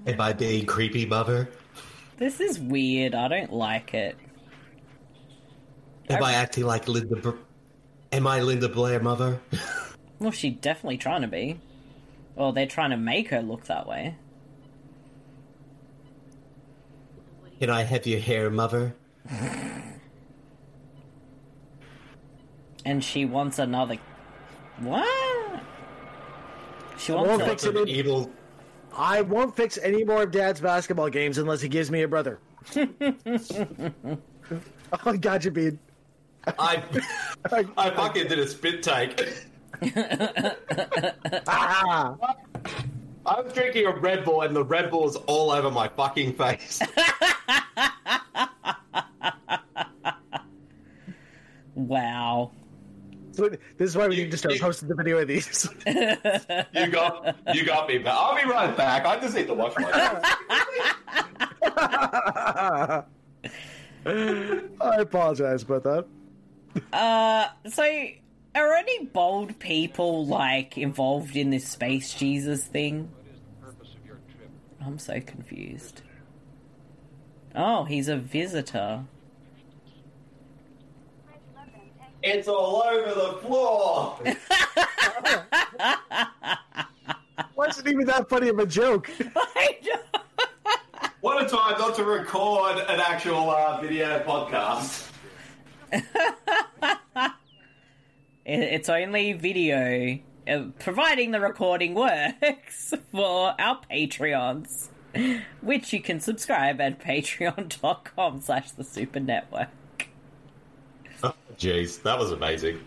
Am I being creepy, mother?
This is weird. I don't like it.
Am I acting like Linda? Br- Am I Linda Blair, mother?
Well, she definitely trying to be. Well, they're trying to make her look that way.
Can I have your hair, mother?
And she wants another. What? She wants.
won't
A...
fix it.
An evil.
I won't fix any more of Dad's basketball games unless he gives me a brother. oh, gotcha, Bean.
I. I fucking did a spit take.
Ah,
I'm drinking a Red Bull, and the Red Bull is all over my fucking face.
Wow.
so this is why we need to start posting the video of these.
You got, you got me, but I'll be right back. I just need to wash my.
I apologize about that.
So, are any bold people like involved in this space Jesus thing? I'm so confused. Oh, he's a visitor.
It's all over the floor.
Wasn't even that funny of a joke.
I know.
What a time not to record an actual uh, video podcast.
It- It's only video, uh, providing the recording works for our Patreons, which you can subscribe at patreon.com slash the super network.
Jeez, that was amazing.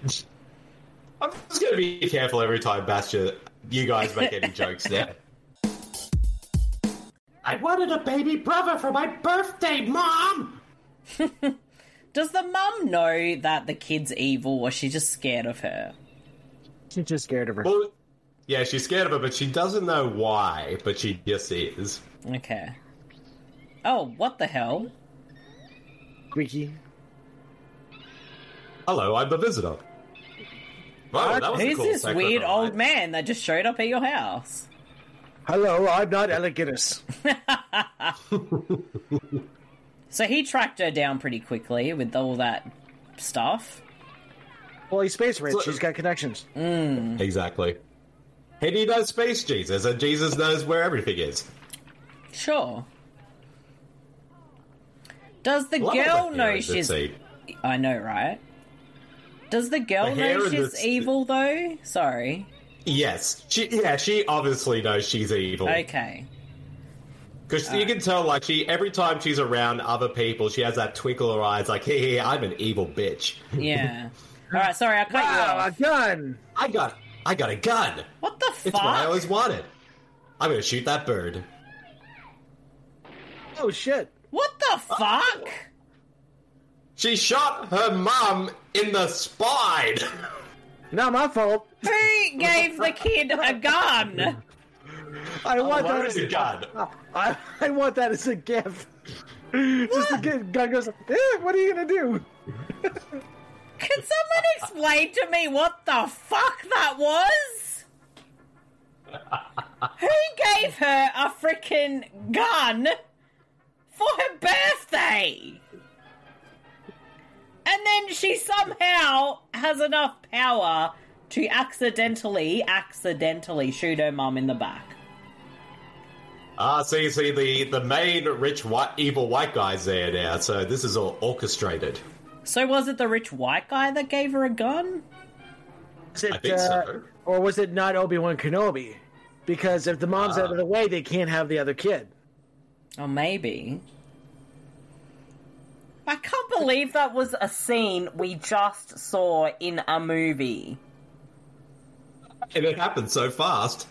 I'm just going to be careful every time, Bastia. You guys make any jokes now. I wanted a baby brother for my birthday, Mom.
Does the mum know that the kid's evil or she's just scared of her?
She's just scared of her.
Well, yeah, she's scared of it, but she doesn't know why. But she just is.
Okay. Oh, what the hell?
Squeaky.
Hello, I'm the visitor. Wow, that was a
Who's
cool
this
sacred
weird
rite.
old man that just showed up at your house?
Hello, I'm not Alec Guinness.
So he tracked her down pretty quickly with all that stuff.
Well, he's space rich.
So-
He's got connections.
Exactly. And he knows space Jesus, and Jesus knows where everything is.
Sure. Does the
Love
girl
the hair in
know
this
she's?
scene.
I know, right? Does the girl
The hair
know
in
she's
this-
evil though? Sorry.
Yes, she. Yeah, she obviously knows she's evil.
Okay.
Because
uh,
you can tell, like, she every time she's around other people, she has that twinkle in her eyes, like, "Hey, hey, I'm an evil bitch.
Yeah. all right. Sorry, I cut you
Wow, a
off.
gun.
I got, I got a gun.
What the
It's
fuck?
what I always wanted. I'm gonna shoot that bird."
Oh shit.
What the fuck?
She shot her mum in the spine.
Not my fault.
Who gave the kid a gun?
I want that
Where
as
is a gun?
I, I want that as a gift. Just a gift. Gun goes. Eh, what are you gonna do?
Can someone explain to me what the fuck that was? Who gave her a freaking gun for her birthday? And then she somehow has enough power to accidentally, accidentally shoot her mum in the back.
Ah, so you see the, the main rich white evil white guy's there now, so this is all orchestrated.
So was it the rich white guy that gave her a gun?
Was it,
I think
uh,
so.
Or was it not Obi Wan Kenobi? Because if the mom's out of the way, they can't have the other kid.
Or maybe. I can't believe that was a scene we just saw in a movie.
And it happened so fast.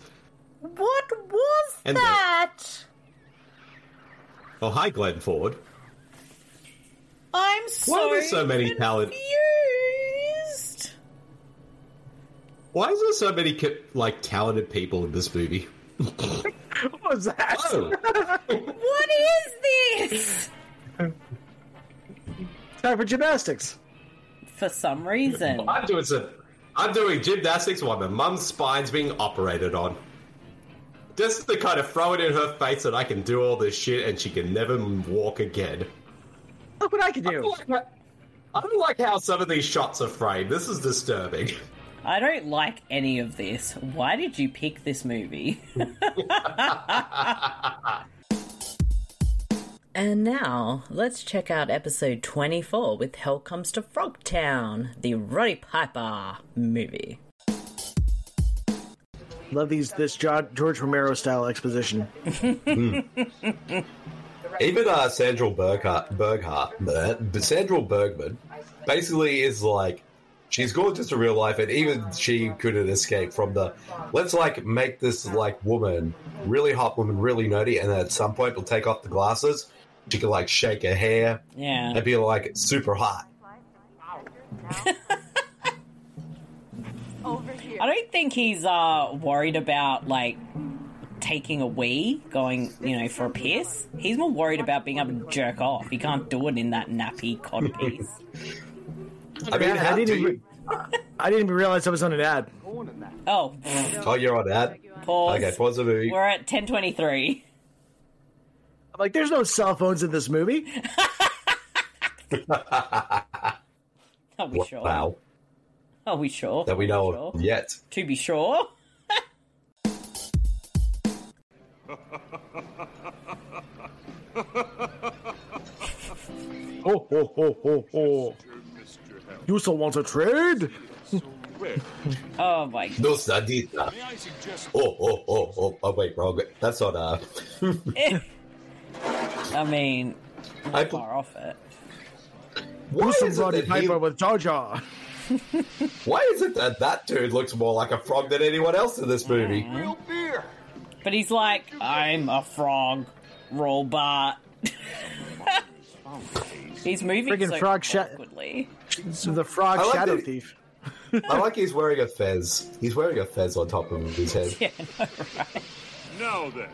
What was
And the-
that?
Oh hi Glenn Ford.
I'm
Why
so
are there so many talent
confused.
why is there so many ca- like talented people in this movie?
What was that?
Oh.
What is this?
Time for gymnastics.
For some reason.
I'm doing some I'm doing gymnastics while my mum's spine's being operated on. Just to kind of throw it in her face that I can do all this shit and she can never walk again.
Look what I can do.
I don't like how some of these shots are framed. This is disturbing.
I don't like any of this. Why did you pick this movie? and now, let's check out episode 24 with Hell Comes to Frogtown, the Roddy Piper movie.
Love these this Jo- George Romero style exposition.
Even uh, Sandra Burkhart, Berghart, bleh, but Sandra Bergman, basically is like she's gorgeous to real life, and even she couldn't escape from the let's like make this like woman really hot woman really nerdy, and at some point we'll take off the glasses. She can like shake her hair
Yeah.
and be like super hot.
I don't think he's uh, worried about, like, taking a wee, going, you know, for a piss. He's more worried about being able to jerk off. He can't do it in that nappy codpiece.
I mean,
Yeah, I
how do
didn't
you?
even- I didn't even realize I was on an ad.
Oh,
Oh, you're on that.
pause.
Okay, pause the movie.
We're at 1023.
I'm like, there's no cell phones in this movie.
Are we sure?
Wow,
Are we sure?
that we know
Sure.
of yet.
To be sure.
Oh, oh, oh, oh, oh. You still want to trade?
Oh my god.
No sadita. Oh, oh, oh, oh, oh, wait, wrong. That's not, uh,
I mean,
I,
far off it.
why,
Some
is it
Roddy
that he,
Piper with Jar Jar.
why is it that that dude looks more like a frog than anyone else in this movie?
But he's like, I'm a frog robot. he's moving
Friggin'
so
frog sha-
awkwardly.
The frog
I like
shadow
that-
thief.
I like he's wearing a fez. He's wearing a fez on top of his head.
Yeah, I know, right?
Now then.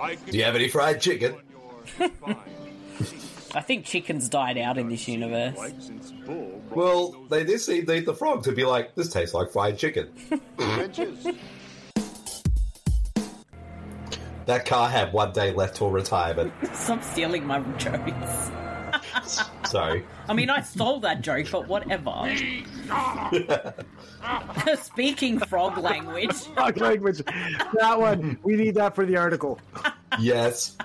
I can
Do you have any fried chicken?
on your spine.
I think chickens died out in this universe.
Like since Bull brought
Well, they did see they, the frog to be like, this tastes like fried chicken. that car had one day left till retirement.
Stop stealing my jokes.
Sorry.
I mean, I stole that joke, but whatever. Speaking frog language.
Frog language. That one. We need that for the article.
Yes.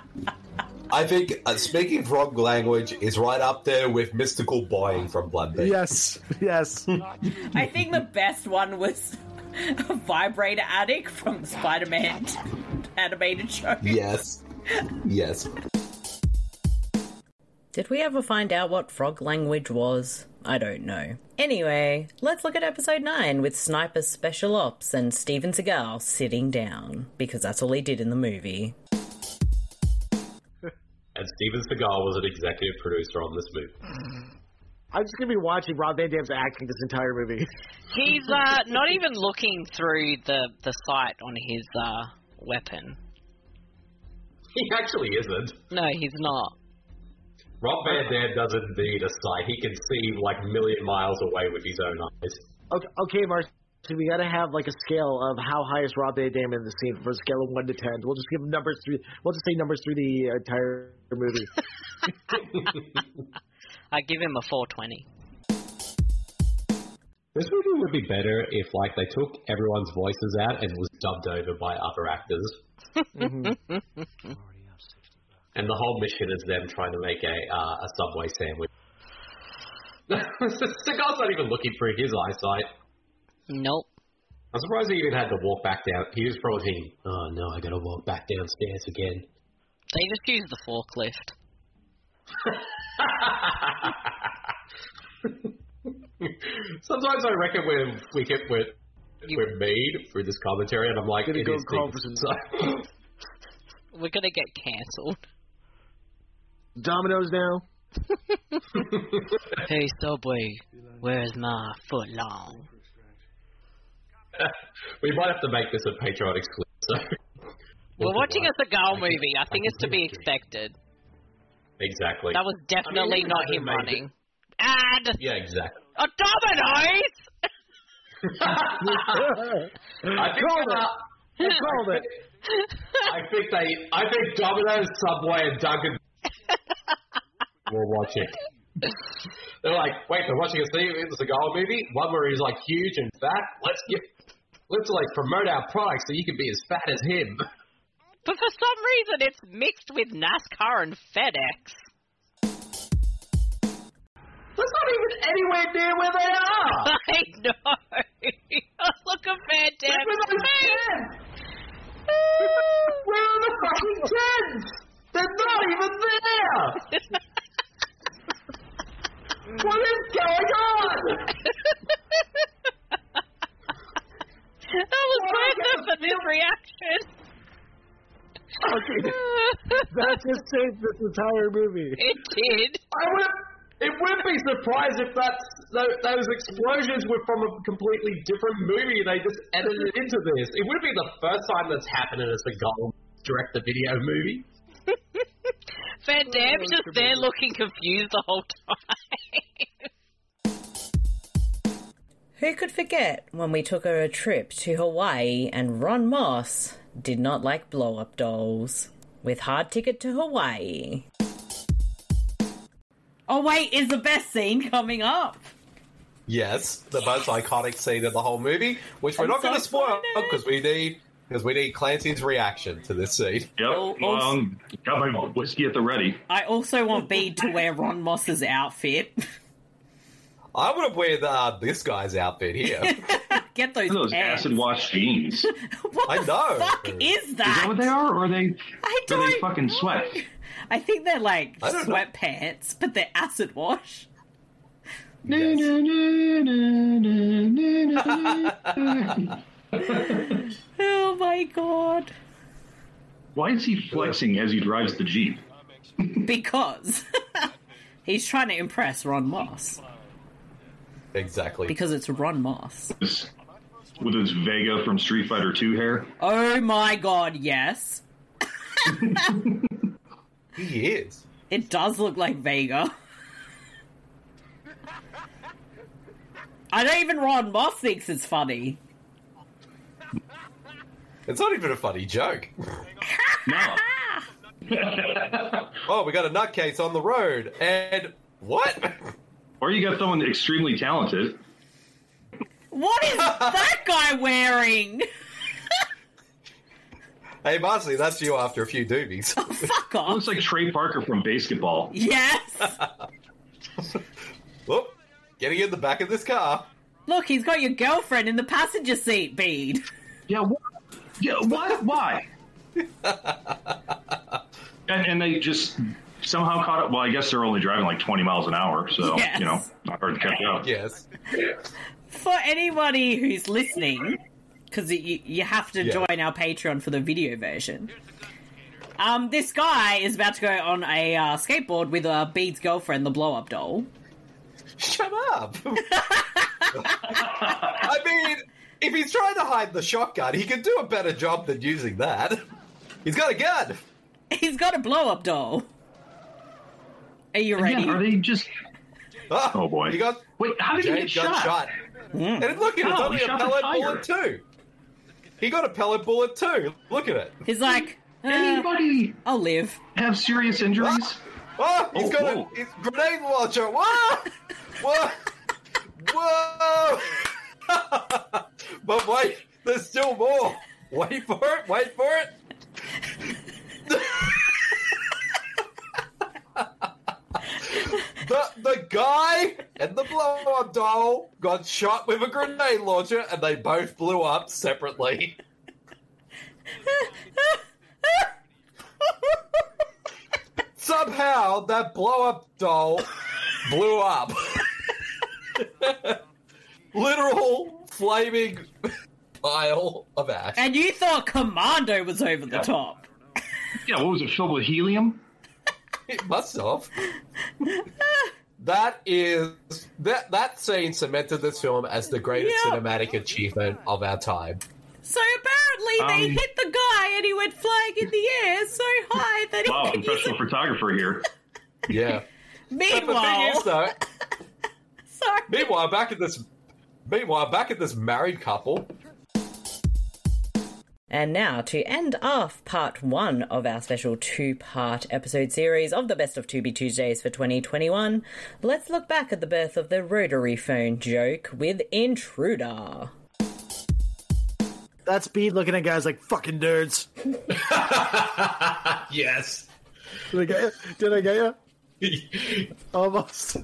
I think uh, speaking frog language is right up there with mystical boying from Bloodbane.
Yes. Yes.
I think the best one was a vibrator addict from Spider Man animated show.
Yes. Yes.
Did we ever find out what frog language was? I don't know. Anyway, let's look at episode 9 with Sniper Special Ops and Steven Seagal sitting down, because that's all he did in the movie.
And Steven Seagal was an executive producer on this movie.
I'm just gonna be watching Rob Van Dam's acting this entire movie.
He's uh, not even looking through the the sight on his uh, weapon.
He actually isn't.
No, he's not.
Rob Van Dam doesn't need a sight. He can see like a million miles away with his own eyes.
Okay, okay Marcy, we gotta have like a scale of how high is Rob Van Dam in the scene for a scale of one to ten. We'll just give him numbers through. We'll just say numbers through the entire movie.
I give him a 420.
This movie would be better if, like, they took everyone's voices out and it was dubbed over by other actors. And the whole mission is them trying to make a uh, a Subway sandwich. Seagal's not even looking through his eyesight.
Nope.
I'm surprised he even had to walk back down. He was probably thinking, oh no, I gotta walk back downstairs again.
They just use the forklift.
Sometimes I reckon we're, we get, we're, we're made through this commentary, and I'm like,
Gonna
it
go
is
call
things-
for
We're gonna get cancelled.
Dominoes now.
hey Subway, where's my foot long?
we might have to make this a Patreon exclusive. So.
We're watching a Seagal movie. I think it's to be expected.
Exactly.
That was
I
definitely
mean,
not
they
him
made it-
running. And
Yeah, exactly.
a Domino's.
I think, uh,
I called it.
I think they. I think Domino's, Subway, and Dunkin' will watch it. They're like, wait, they're watching a Seagal movie, one where he's like huge and fat. Let's get, let's like promote our product so you can be as fat as him.
But for some reason, it's mixed with NASCAR and FedEx.
That's not even anywhere near where they are.
I know. Look at Van
Where are
Damme's
those
face.
tents? Where are the fucking tents? They're not even there. what is going on?
That was
What
worth
I
it for this reaction.
Okay, that just saved this entire movie.
it did.
I would. It wouldn't be surprised if that's, tho- those explosions were from a completely different movie. They just edited it into this. It would be the first time that's happened in a Seagal direct-to-video movie.
Van Damme's just there looking confused the whole time.
Who could forget when we took her a trip to Hawaii and Ron Moss did not like blow up dolls? With Hard Ticket to Hawaii. Oh, wait, is the best scene coming up?
Yes, the most iconic scene of the whole movie, which we're
I'm
not
so
going to spoil
excited.
because we need because we need Clancy's reaction to this scene.
Yep. Um, got my whiskey at the ready.
I also want Bede to wear Ron Moss's outfit.
I would have wear the, uh, this guy's outfit here.
Get those,
Look at Those
pants.
acid wash jeans. Is
What
I
the
know.
fuck is
that
that?
what they are, or are they?
I
Are
don't
they fucking sweat?
I think they're like
I don't know.
sweatpants, but they're acid wash. Oh my god.
Why is he flexing as he drives the jeep?
Because he's trying to impress Ron Moss.
Exactly.
Because it's Ron Moss.
This- With his Vega from Street Fighter Two hair.
Oh my god, yes.
he is.
It does look like Vega. I don't even Ron Moss thinks it's funny.
It's not even a funny joke.
No.
oh, we got a nutcase on the road, and what?
Or you got someone extremely talented.
What is that guy wearing?
Hey, Marcy, that's you after a few doobies.
Fuck off.
Looks like Trey Parker from basketball.
Yes.
Whoop, getting in the back of this car.
Look, he's got your girlfriend in the passenger seat, Bede.
Yeah. What? Yeah. What? Why? and, and they just somehow caught up. Well, I guess they're only driving like 20 miles an hour, so
Yes.
you know, not hard to catch up.
Yes.
For anybody who's listening, because you, you have to
Yeah.
join our Patreon for the video version. Um, this guy is about to go on a uh, skateboard with uh, Bede's girlfriend, the blow up doll.
Shut up. I mean, if he's trying to hide the shotgun, he can do a better job than using that. He's got a gun.
He's got a blow up doll. Are you
Yeah,
ready?
are they just?
Ah,
Oh boy!
He got
Wait, how did he
Jade
get
got
shot?
shot.
Mm.
And look, it's
How?
only
He
a
shot the
pellet
tiger.
bullet too. He got a pellet bullet too. Look at it.
He's like, uh,
Anybody
I'll live.
have serious injuries?
Oh, he's
Oh,
got a
whoa.
he's grenade launcher. Whoa! Whoa! Whoa! But wait, there's still more. Wait for it, wait for it. the the guy and the blow up doll got shot with a grenade launcher and they both blew up separately. Somehow that blow up doll blew up. Literal flaming pile of ash.
And you thought Commando was over the top.
Yeah, what was it filled with helium?
It must have. that is that that scene cemented this film as the greatest
Yeah.
cinematic achievement of our time.
So apparently they
Um,
hit the guy and he went flying in the air so high that he
Wow,
could use
professional photographer here.
Yeah.
a... Meanwhile,
But the thing is, though,
Sorry.
meanwhile back at this, meanwhile back at this married couple.
And now to end off part one of our special two part episode series of the Best of 2B Tuesdays for 2021, let's look back at the birth of the rotary phone joke with Intruder.
That's Bede looking at guys like fucking nerds.
yes.
Did I get you? Did I get
you?
Almost.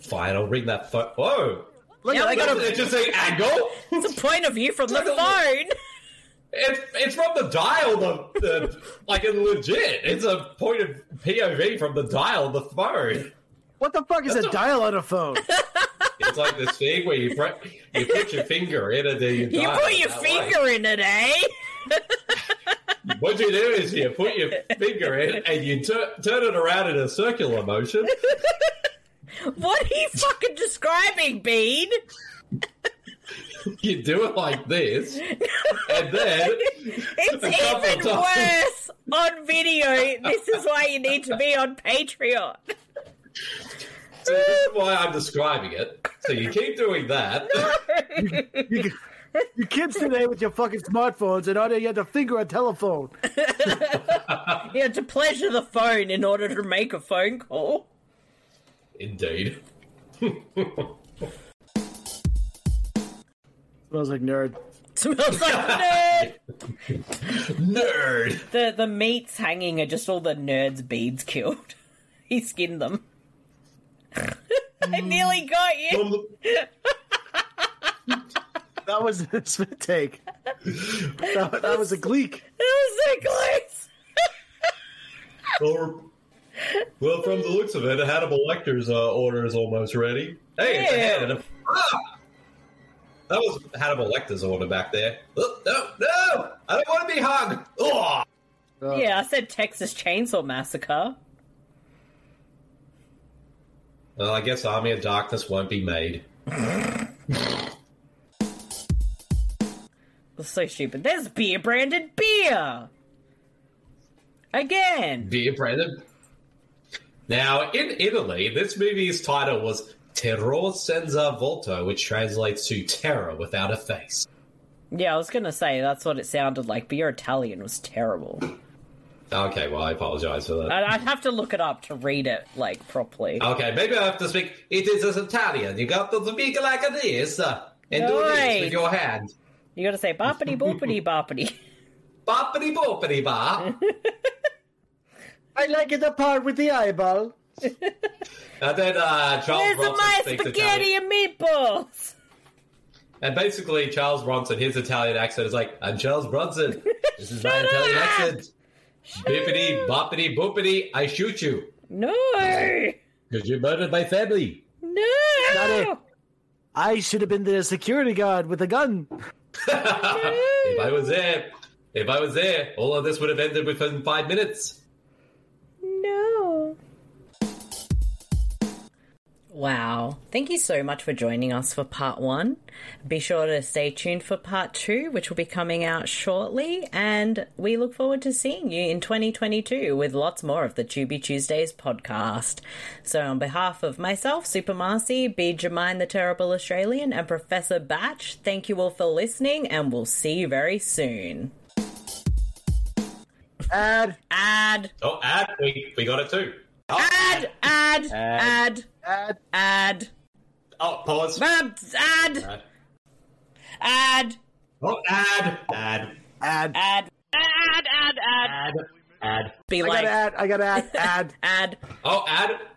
Fine, I'll ring that phone. Whoa!
Look, Yeah, we got a-
It's just an angle.
It's a point of view from the phone.
It's it's from the dial. The, the like it's legit. It's a point of POV from the dial. of The phone.
What the fuck is a dial on a phone?
It's like this thing where you put you put your finger in it. And you
You
dial
put
it
your
that way.
finger in it, eh?
What you do is you put your finger in and you tur- turn it around in a circular motion.
What are you fucking describing, Bean?
You do it like this, and then
It's
A couple
even
times.
worse on video. This is why you need to be on Patreon.
so this is why I'm describing it. So you keep doing that.
you, you kids today with your fucking smartphones and all they had to finger a telephone.
You had to pleasure the phone in order to make a phone call.
Indeed.
Smells like nerd.
Smells like nerd.
Nerd.
The the meats hanging are just all the nerd's beads killed. He skinned them. I nearly got you.
That was a spit take. That, that was a gleek.
That was so
Well, well, from the looks of it, Hannibal Lecter's uh, order is almost ready. Hey, it's a
Yeah.
hand. Ah! that was Hannibal Lecter's order back there. Oh, no, no, I don't want to be hugged. Oh.
close. Yeah, I said Texas Chainsaw Massacre.
Well, I guess Army of Darkness won't be made.
That's so stupid. There's beer branded beer. Again.
Dear Brandon. Now, in Italy, this movie's title was Terror Senza Volto, which translates to Terror Without a Face.
Yeah, I was gonna say that's what it sounded like, but your Italian was terrible.
Okay, well, I apologize for that.
I'd, I'd have to look it up to read it like properly.
Okay, maybe I have to speak. It is as Italian. You got to speak like this uh, and do this
Alright.
with your hand.
You gotta say boppity boopity boppity.
Boppity boppity ba.
I like it the part with the eyeball.
And then uh, Charles
Where's my
Bronson speaks
spaghetti
Italian.
and meatballs?
And basically, Charles Bronson, his Italian accent is like, I'm Charles Bronson. This is my
Shut
Italian
up!
accent. Bippity boppity boopity, I shoot you.
No,
Because you murdered my family.
no.
Not it. I should have been the security guard with a gun.
If I was there, if I was there, all of this would have ended within five minutes.
No. Wow. Thank you so much for joining us for part one. Be sure to stay tuned for part two, which will be coming out shortly. And we look forward to seeing you in 2022 with lots more of the Tubi Tuesdays podcast. So, on behalf of myself, Super Marcy, B. Jermaine the Terrible Australian, and Professor Batch, thank you all for listening, and we'll see you very soon.
Ad.
Ad.
Oh, and we, we got it too.
Ad, ad, ad, ad, ad.
Oh, pause.
Ad, ad,
Ad.
ad,
Oh, ad, ad,
ad,
ad,
Ad, ad, ad.
ad.
Be
I
like,
gotta add. I gotta add. add.
ad,
Oh, ad.